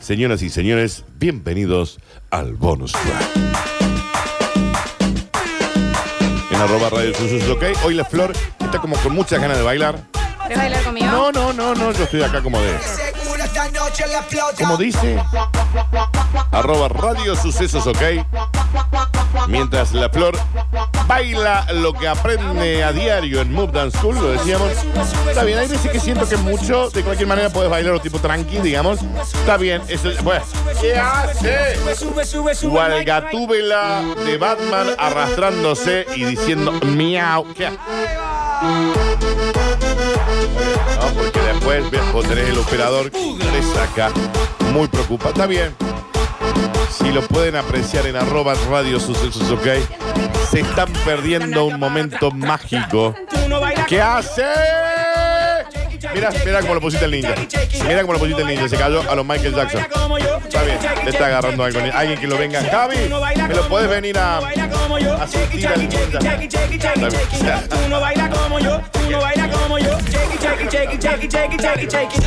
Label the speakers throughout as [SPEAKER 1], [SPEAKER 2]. [SPEAKER 1] Señoras y señores, bienvenidos al bonus track. En arroba radio Susus, ok. Hoy la flor está como con muchas ganas de bailar.
[SPEAKER 2] ¿Querés bailar conmigo?
[SPEAKER 1] No, no, no, no, yo estoy acá como de. Como dice, arroba radio sucesos, ok. Mientras la flor baila lo que aprende a diario en Move Dance School, lo decíamos. Está bien, hay veces que siento que mucho, de cualquier manera, puedes bailar o tipo tranqui, digamos. Está bien, eso Bueno, ¿qué hace? Gualgatúbela de Batman arrastrándose y diciendo miau. ¿Qué hace? No, porque después ves, vos tenés el operador que le saca muy preocupado. Está bien. Si lo pueden apreciar en arroba radio sucesos, ok. Se están perdiendo un momento mágico. ¿Qué hace? Mira, mira cómo lo pusiste el ninja. Mira cómo lo pusiste el ninja. Se cayó a los Michael Jackson. Está bien, le está agarrando algo. Alguien que lo venga. Javi, me lo puedes venir a asistir al ninja. Está bien.
[SPEAKER 3] Tú no bailas como yo, tú no bailas como yo. Shake it, shake it, shake it, shake it, shake it, shake it, shake it.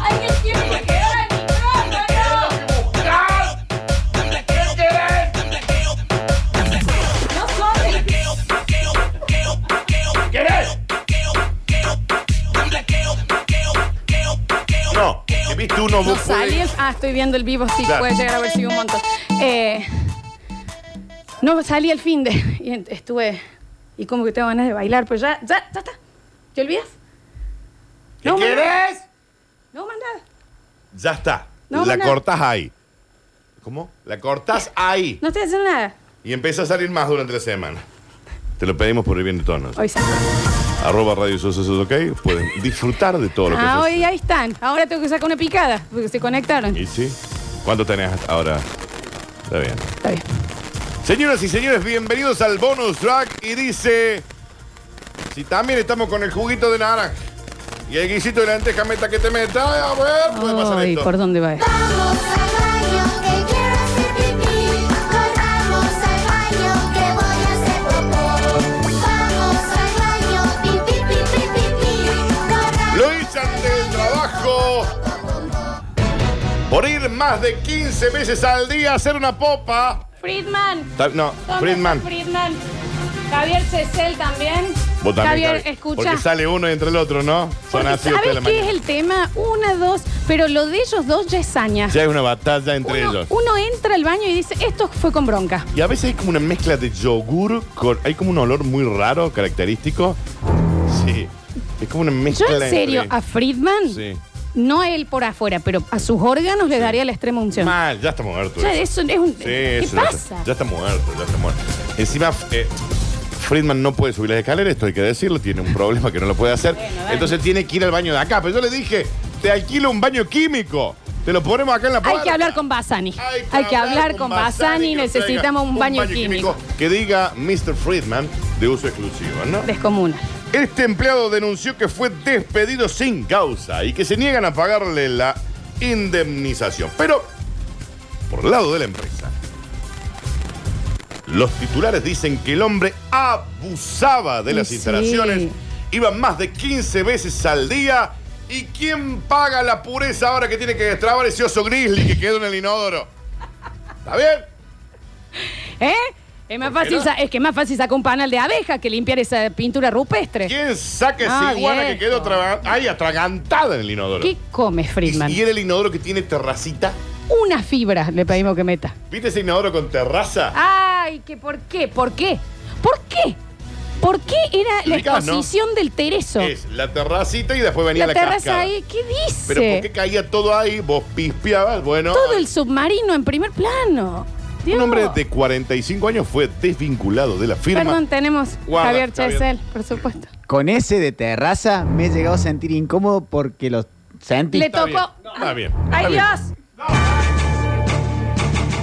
[SPEAKER 2] ¡Alguien tiene que quedar en mi micrófono! ¡No corre!
[SPEAKER 1] No, que viste uno,
[SPEAKER 2] No
[SPEAKER 1] vos
[SPEAKER 2] sales. Ah, estoy viendo el vivo, sí,
[SPEAKER 1] Claro.
[SPEAKER 2] puede llegar a ver si un montón. Eh, no salí el fin de. Y ent- estuve. Y como que tengo ganas de bailar, pues ya, ya, ya está. ¿Te olvidas?
[SPEAKER 1] ¿Qué
[SPEAKER 2] No, man-
[SPEAKER 1] querés?
[SPEAKER 2] No, manda.
[SPEAKER 1] Ya está.
[SPEAKER 2] No,
[SPEAKER 1] la
[SPEAKER 2] no.
[SPEAKER 1] cortás ahí. ¿Cómo? La cortás ahí.
[SPEAKER 2] No estoy haciendo nada.
[SPEAKER 1] Y empieza a salir más durante la semana. Te lo pedimos por el bien de todos nosotros.
[SPEAKER 2] Hoy saco.
[SPEAKER 1] Arroba Radio Sucesos, ok. Pueden disfrutar de todo lo que
[SPEAKER 2] Ah,
[SPEAKER 1] se
[SPEAKER 2] hoy ahí están. Ahora tengo que sacar una picada, porque se conectaron.
[SPEAKER 1] hace. ¿Y sí? ¿Cuánto tenés hasta ahora? Está bien.
[SPEAKER 2] Está bien.
[SPEAKER 1] Señoras y señores, bienvenidos al bonus track. Y dice: Si también estamos con el juguito de naranja y el guisito de la lenteja meta que te meta, a ver, puede pasar
[SPEAKER 2] Ay,
[SPEAKER 1] esto.
[SPEAKER 2] ¿por dónde va?
[SPEAKER 4] Vamos al baño que quiero hacer pipí. Corramos al baño que voy a hacer popó. Vamos al baño, pipí, pipí, pipí. Corramos.
[SPEAKER 1] Lo echan del trabajo por ir más de 15 veces al día a hacer una popa.
[SPEAKER 2] Friedman.
[SPEAKER 1] Ta- No,
[SPEAKER 2] ¿Dónde
[SPEAKER 1] Friedman.
[SPEAKER 2] está Friedman. Javier Cesel también.
[SPEAKER 1] Vos también,
[SPEAKER 2] Javier,
[SPEAKER 1] Javi.
[SPEAKER 2] escucha.
[SPEAKER 1] Porque sale uno entre el otro, ¿no? Son
[SPEAKER 2] Porque
[SPEAKER 1] así ustedes
[SPEAKER 2] ¿Sabes
[SPEAKER 1] la
[SPEAKER 2] qué es
[SPEAKER 1] mañana.
[SPEAKER 2] el tema? Una, dos, pero lo de ellos dos ya es saña.
[SPEAKER 1] Ya hay una batalla entre
[SPEAKER 2] uno,
[SPEAKER 1] ellos.
[SPEAKER 2] uno entra al baño y dice, esto fue con bronca.
[SPEAKER 1] Y a veces hay como una mezcla de yogur con. Hay como un olor muy raro, característico. Sí. Es como una
[SPEAKER 2] Yo
[SPEAKER 1] mezcla
[SPEAKER 2] en serio,
[SPEAKER 1] entre-
[SPEAKER 2] a Friedman,
[SPEAKER 1] Sí.
[SPEAKER 2] no a él por afuera, pero a sus órganos le daría la extrema unción.
[SPEAKER 1] Mal, ya está muerto.
[SPEAKER 2] O sea,
[SPEAKER 1] eso.
[SPEAKER 2] eso es un...
[SPEAKER 1] Sí,
[SPEAKER 2] ¿Qué
[SPEAKER 1] eso, ya está-
[SPEAKER 2] pasa?
[SPEAKER 1] Ya, está muerto, ya está muerto. Encima, eh, Friedman no puede subir las escaleras, esto hay que decirlo, tiene un problema que no lo puede hacer. Entonces tiene que ir al baño de acá. Pero yo le dije, te alquilo un baño químico. Te lo ponemos acá en la puerta.
[SPEAKER 2] Hay que hablar con Basani. Hay que, hablar con Basani,
[SPEAKER 1] que nos traiga
[SPEAKER 2] necesitamos un baño, químico.
[SPEAKER 1] Que diga Mr. Friedman de uso exclusivo, ¿no?
[SPEAKER 2] Descomunal.
[SPEAKER 1] Este empleado denunció que fue despedido sin causa y que se niegan a pagarle la indemnización. Pero, por el lado de la empresa, los titulares dicen que el hombre abusaba de
[SPEAKER 2] Y
[SPEAKER 1] las
[SPEAKER 2] sí.
[SPEAKER 1] instalaciones, iba más de 15 veces al día. ¿Y quién paga la pureza ahora que tiene que destrabar ese oso grizzly que quedó en el inodoro? ¿Está bien?
[SPEAKER 2] ¿Eh? Es más, fácil,
[SPEAKER 1] no?
[SPEAKER 2] sa- es que es más fácil sacar un panal de abeja que limpiar esa pintura rupestre.
[SPEAKER 1] ¿Quién saca esa
[SPEAKER 2] Ah,
[SPEAKER 1] iguana que
[SPEAKER 2] viejo.
[SPEAKER 1] quedó tra- ahí atragantada en el inodoro?
[SPEAKER 2] ¿Qué come Friedman?
[SPEAKER 1] Y, y era el inodoro que tiene terracita.
[SPEAKER 2] Una fibra le pedimos que meta.
[SPEAKER 1] ¿Viste ese inodoro con terraza?
[SPEAKER 2] Ah, Ay, que por qué, por qué, por qué, por qué era la
[SPEAKER 1] Ubicás, ¿no?
[SPEAKER 2] exposición del tereso.
[SPEAKER 1] Es la terracita y después venía
[SPEAKER 2] La
[SPEAKER 1] la,
[SPEAKER 2] terraza
[SPEAKER 1] cascada.
[SPEAKER 2] ahí, ¿qué
[SPEAKER 1] Pero ¿por qué
[SPEAKER 2] dice?
[SPEAKER 1] caía todo ahí? Vos pispeabas, bueno.
[SPEAKER 2] Todo el submarino en primer plano. Dios.
[SPEAKER 1] Un hombre de 45 años fue desvinculado de la firma.
[SPEAKER 2] Perdón, tenemos
[SPEAKER 1] Guarda,
[SPEAKER 2] Javier
[SPEAKER 1] Javier.
[SPEAKER 2] Chesel, por supuesto.
[SPEAKER 5] Con ese de terraza me he llegado a sentir incómodo porque los sentí.
[SPEAKER 2] Le
[SPEAKER 1] Está bien,
[SPEAKER 2] tocó.
[SPEAKER 1] está bien,
[SPEAKER 2] ¡Ay,
[SPEAKER 1] está bien.
[SPEAKER 2] Dios!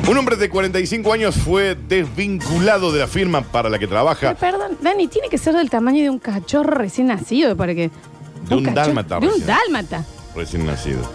[SPEAKER 1] Un hombre de 45 años fue desvinculado de la firma para la que trabaja.
[SPEAKER 2] Perdón, Dani, tiene que ser del tamaño de un cachorro recién nacido para que.
[SPEAKER 1] De un
[SPEAKER 2] cachorro-
[SPEAKER 1] dálmata
[SPEAKER 2] De un
[SPEAKER 1] recién.
[SPEAKER 2] dálmata.
[SPEAKER 1] Recién nacido.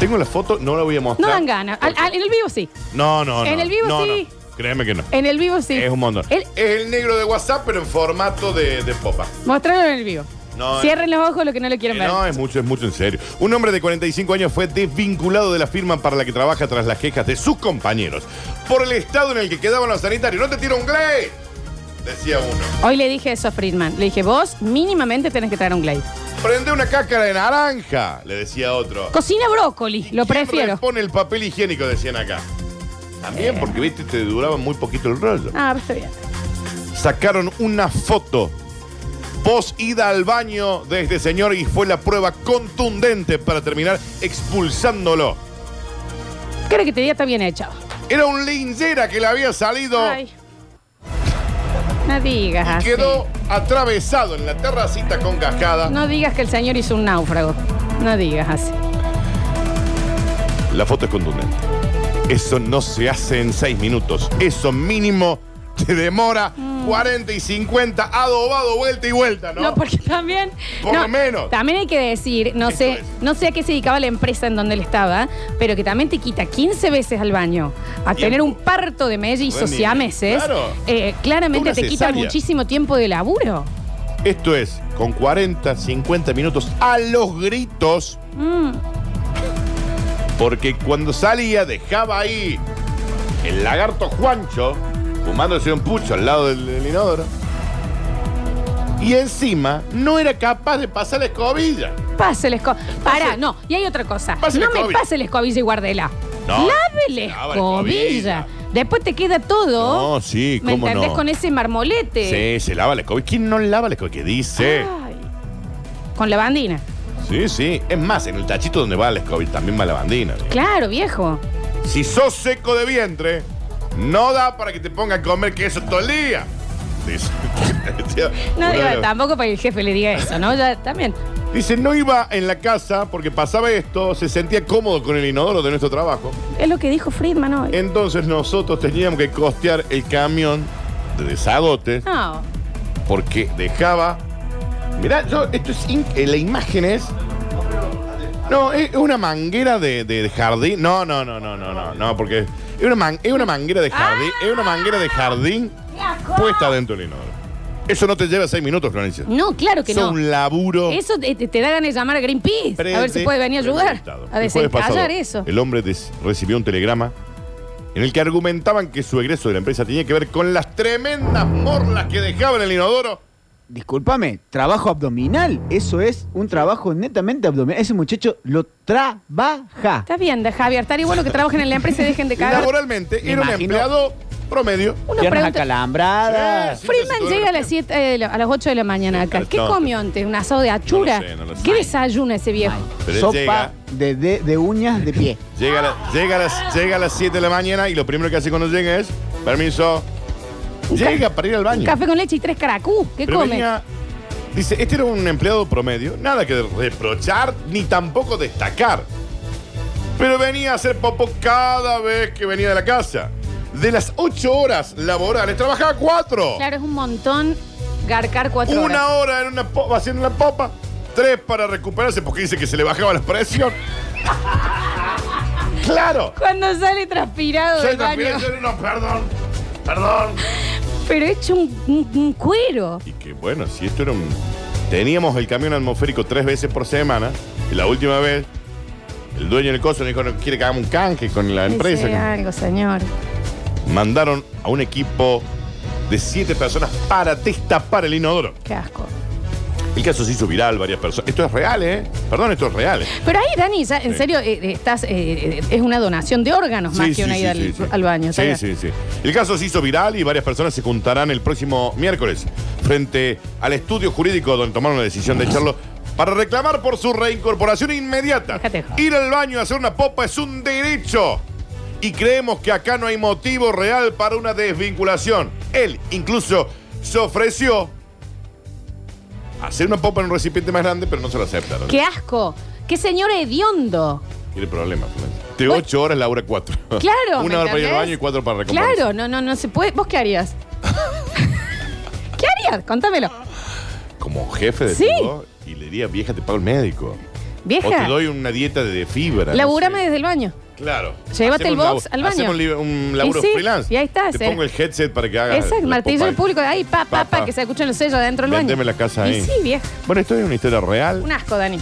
[SPEAKER 1] Tengo la foto, no la voy a
[SPEAKER 2] No
[SPEAKER 1] mostrar.
[SPEAKER 2] dan ganas. Al- al- En el vivo sí.
[SPEAKER 1] No, no, no.
[SPEAKER 2] En el vivo
[SPEAKER 1] no,
[SPEAKER 2] sí.
[SPEAKER 1] no. Créeme que no.
[SPEAKER 2] En el vivo sí.
[SPEAKER 1] Es un montón.
[SPEAKER 2] El-
[SPEAKER 1] Es el negro de WhatsApp, pero en formato de, de popa.
[SPEAKER 2] Mostralo en el vivo.
[SPEAKER 1] No,
[SPEAKER 2] Cierren los ojos lo que no lo
[SPEAKER 1] Eh,
[SPEAKER 2] quieren ver.
[SPEAKER 1] No, es mucho, es mucho en serio. Un hombre de 45 años fue desvinculado de la firma para la que trabaja tras las quejas de sus compañeros por el estado en el que quedaban los sanitarios. ¡No te tiro un glay! Decía uno.
[SPEAKER 2] Hoy le dije eso a Friedman. Le dije, vos mínimamente tenés que traer un glade.
[SPEAKER 1] Prende una cáscara de naranja, le decía otro.
[SPEAKER 2] Cocina brócoli, lo prefiero.
[SPEAKER 1] Pone el papel higiénico, decían acá. También porque, viste, te duraba muy poquito el rollo.
[SPEAKER 2] Ah, está bien.
[SPEAKER 1] Sacaron una foto. Vos ida al baño de este señor y fue la prueba contundente para terminar expulsándolo.
[SPEAKER 2] Creo que te diga está bien echado.
[SPEAKER 1] Era un linchera que le había salido
[SPEAKER 2] Ay. Ah, No digas
[SPEAKER 1] y
[SPEAKER 2] así.
[SPEAKER 1] quedó atravesado en la terracita con cascada.
[SPEAKER 2] No digas que el señor hizo un náufrago. No digas así.
[SPEAKER 1] La foto es contundente. Eso no se hace en seis minutos. Eso mínimo te demora 40 y 50 adobado vuelta y vuelta, ¿no?
[SPEAKER 2] Mm. No, porque también.
[SPEAKER 1] Por
[SPEAKER 2] no,
[SPEAKER 1] lo menos.
[SPEAKER 2] También hay que decir, no
[SPEAKER 1] Eso
[SPEAKER 2] sé,
[SPEAKER 1] es.
[SPEAKER 2] no sé a qué se dedicaba la empresa en donde él estaba, pero que también te quita 15 veces al baño a
[SPEAKER 1] Tiempo.
[SPEAKER 2] tener un parto de mellizos
[SPEAKER 1] Bueno,
[SPEAKER 2] y a meses. eh,
[SPEAKER 1] claro.
[SPEAKER 2] claramente
[SPEAKER 1] Una
[SPEAKER 2] te quita
[SPEAKER 1] cesárea.
[SPEAKER 2] muchísimo tiempo de laburo.
[SPEAKER 1] Esto es, con 40, 50 minutos a los gritos.
[SPEAKER 2] Mm.
[SPEAKER 1] Porque cuando salía dejaba ahí el lagarto Juancho fumándose un pucho al lado del, del inodoro. Y encima no era capaz de pasar la escobilla.
[SPEAKER 2] Pase el escobillo. Pará, no. Y hay otra cosa.
[SPEAKER 1] Pase la
[SPEAKER 2] no me
[SPEAKER 1] escobilla.
[SPEAKER 2] pase la escobilla y guárdela.
[SPEAKER 1] No,
[SPEAKER 2] Lave la
[SPEAKER 1] lava la
[SPEAKER 2] escobilla.
[SPEAKER 1] escobilla.
[SPEAKER 2] Después te queda todo.
[SPEAKER 1] No, sí,
[SPEAKER 2] ¿Oh? ¿Me
[SPEAKER 1] cómo
[SPEAKER 2] entendés
[SPEAKER 1] no.
[SPEAKER 2] con ese marmolete?
[SPEAKER 1] Sí, se lava la escobilla. ¿Quién no lava la escobilla? ¿Qué dice?
[SPEAKER 2] Ah. Con la bandina.
[SPEAKER 1] Sí, sí. Es más, en el tachito donde va la escobilla también va la bandina. ¿sí?
[SPEAKER 2] Claro, viejo.
[SPEAKER 1] Si sos seco de vientre, no da para que te ponga a comer queso todo el día. Dice,
[SPEAKER 2] No
[SPEAKER 1] Uno
[SPEAKER 2] digo,
[SPEAKER 1] de los-
[SPEAKER 2] tampoco para que el jefe le diga eso, ¿no? Ya también.
[SPEAKER 1] Dice, no iba en la casa porque pasaba esto, se sentía cómodo con el inodoro de nuestro trabajo.
[SPEAKER 2] Es lo que dijo Friedman hoy.
[SPEAKER 1] Entonces nosotros teníamos que costear el camión de desagotes
[SPEAKER 2] No.
[SPEAKER 1] porque dejaba... Mirá, yo, esto es... in- eh, La imagen es... No, es es una manguera de, de jardín. No, no, no, no, no, no, no, porque es una, man- es una manguera de jardín. Es una manguera de jardín puesta dentro del inodoro. Eso no te lleva seis minutos, Florencia.
[SPEAKER 2] No, claro que
[SPEAKER 1] Eso
[SPEAKER 2] no.
[SPEAKER 1] Es un laburo.
[SPEAKER 2] Eso eh, te, te da ganas de llamar a Greenpeace. a ver si
[SPEAKER 1] Prede-
[SPEAKER 2] puede venir a ayudar.
[SPEAKER 1] premeditado.
[SPEAKER 2] A
[SPEAKER 1] El jueves pasado,
[SPEAKER 2] desencallar eso.
[SPEAKER 1] El hombre des- recibió un telegrama en el que argumentaban que su egreso de la empresa tenía que ver con las tremendas morlas que dejaban en el inodoro.
[SPEAKER 5] Discúlpame, trabajo abdominal. Eso es un trabajo netamente abdominal. Ese muchacho lo trabaja.
[SPEAKER 2] Está bien, de Javier. Estaría bueno que trabajen en la empresa y dejen de cagar.
[SPEAKER 1] Laboralmente
[SPEAKER 5] Me
[SPEAKER 1] era un
[SPEAKER 5] imagino.
[SPEAKER 1] empleado promedio.
[SPEAKER 2] Una
[SPEAKER 5] Piernas
[SPEAKER 2] pregunta.
[SPEAKER 5] acalambradas.
[SPEAKER 1] Sí.
[SPEAKER 2] Friedman llega a las, siete, eh, a las 8 de la mañana acá.
[SPEAKER 1] Claro,
[SPEAKER 2] ¿Qué
[SPEAKER 1] no.
[SPEAKER 2] comió antes? ¿Un asado de achura?
[SPEAKER 1] No lo sé, no lo sé.
[SPEAKER 2] ¿Qué desayuna ese viejo?
[SPEAKER 1] Pero él
[SPEAKER 5] Sopa
[SPEAKER 1] llega,
[SPEAKER 5] de, de- de uñas de pie.
[SPEAKER 1] llega, a la- llega, a las, llega a las 7 de la mañana y lo primero que hace cuando llega es, permiso, llega para ir al
[SPEAKER 2] Un
[SPEAKER 1] baño.
[SPEAKER 2] café con leche y tres caracú. ¿Qué
[SPEAKER 1] Pero
[SPEAKER 2] come?
[SPEAKER 1] venía- dice, este era un empleado promedio, nada que reprochar ni tampoco destacar. Pero venía a hacer popo cada vez que venía de la casa. De las ocho horas laborales, trabajaba cuatro.
[SPEAKER 2] Claro, es un montón garcar cuatro
[SPEAKER 1] una
[SPEAKER 2] horas.
[SPEAKER 1] hora en una po- haciendo una popa, tres para recuperarse porque dice que se le bajaba la presión. claro.
[SPEAKER 2] Cuando sale transpirado
[SPEAKER 1] Soy
[SPEAKER 2] del baño.
[SPEAKER 1] transpirante, no, perdón, perdón.
[SPEAKER 2] Pero hecho un, un- un cuero.
[SPEAKER 1] Y que bueno, si esto era un. Teníamos el camión atmosférico tres veces por semana. Y la última vez, el dueño del coso dijo: no quiere que hagamos un canje con la empresa.
[SPEAKER 2] Dice algo, señor.
[SPEAKER 1] Mandaron a un equipo de siete personas para destapar el inodoro.
[SPEAKER 2] Qué asco.
[SPEAKER 1] El caso se hizo viral, varias personas. Esto es real, ¿eh? Perdón, esto es real. ¿eh?
[SPEAKER 2] Pero ahí, Dani, ya, en
[SPEAKER 1] Sí.
[SPEAKER 2] serio, eh, eh, estás, eh, eh, es una donación de órganos más
[SPEAKER 1] Sí,
[SPEAKER 2] que
[SPEAKER 1] sí,
[SPEAKER 2] una
[SPEAKER 1] sí,
[SPEAKER 2] ida
[SPEAKER 1] sí,
[SPEAKER 2] al,
[SPEAKER 1] sí.
[SPEAKER 2] al baño.
[SPEAKER 1] Sí,
[SPEAKER 2] ¿sabes?
[SPEAKER 1] sí, sí. El caso se hizo viral y varias personas se juntarán el próximo miércoles frente al estudio jurídico donde tomaron la decisión de echarlo para reclamar por su reincorporación inmediata.
[SPEAKER 2] Déjate joder.
[SPEAKER 1] Ir al baño a hacer una popa es un derecho. Y creemos que acá no hay motivo real para una desvinculación. Él incluso se ofreció a hacer una popa en un recipiente más grande, pero no se lo aceptaron.
[SPEAKER 2] Qué asco. Qué señor hediondo.
[SPEAKER 1] Tiene problemas. Florencia. De
[SPEAKER 2] Uy.
[SPEAKER 1] 8 horas, Laura 4.
[SPEAKER 2] Pues- Claro. ¿me
[SPEAKER 1] una hora para ir al
[SPEAKER 2] entendés?
[SPEAKER 1] baño y cuatro para recuperarse.
[SPEAKER 2] Claro, no, no, no se puede. ¿Vos qué harías? ¿Qué harías? Contámelo.
[SPEAKER 1] como jefe de
[SPEAKER 2] Sí.
[SPEAKER 1] todo y le diría, vieja, te pago el médico. O te
[SPEAKER 2] Vieja,
[SPEAKER 1] doy una dieta de fibra. no
[SPEAKER 2] laburame
[SPEAKER 1] sé.
[SPEAKER 2] desde el baño.
[SPEAKER 1] Claro.
[SPEAKER 2] Llévate el
[SPEAKER 1] Hacemos un
[SPEAKER 2] box
[SPEAKER 1] labu-
[SPEAKER 2] al baño.
[SPEAKER 1] Hacemos un, li- un laburo
[SPEAKER 2] Y sí,
[SPEAKER 1] freelance.
[SPEAKER 2] y ahí estás,
[SPEAKER 1] Te
[SPEAKER 2] eh.
[SPEAKER 1] pongo el headset para que hagas.
[SPEAKER 2] Exacto,
[SPEAKER 1] la
[SPEAKER 2] martillo
[SPEAKER 1] popa.
[SPEAKER 2] el público de ahí, pa, pa,
[SPEAKER 1] Pa,
[SPEAKER 2] pa,
[SPEAKER 1] pa.
[SPEAKER 2] que se escuchen los sellos adentro del baño.
[SPEAKER 1] Vendeme la casa
[SPEAKER 2] y
[SPEAKER 1] ahí.
[SPEAKER 2] sí, vieja.
[SPEAKER 1] Bueno, esto es una historia real.
[SPEAKER 2] Un asco, Dani.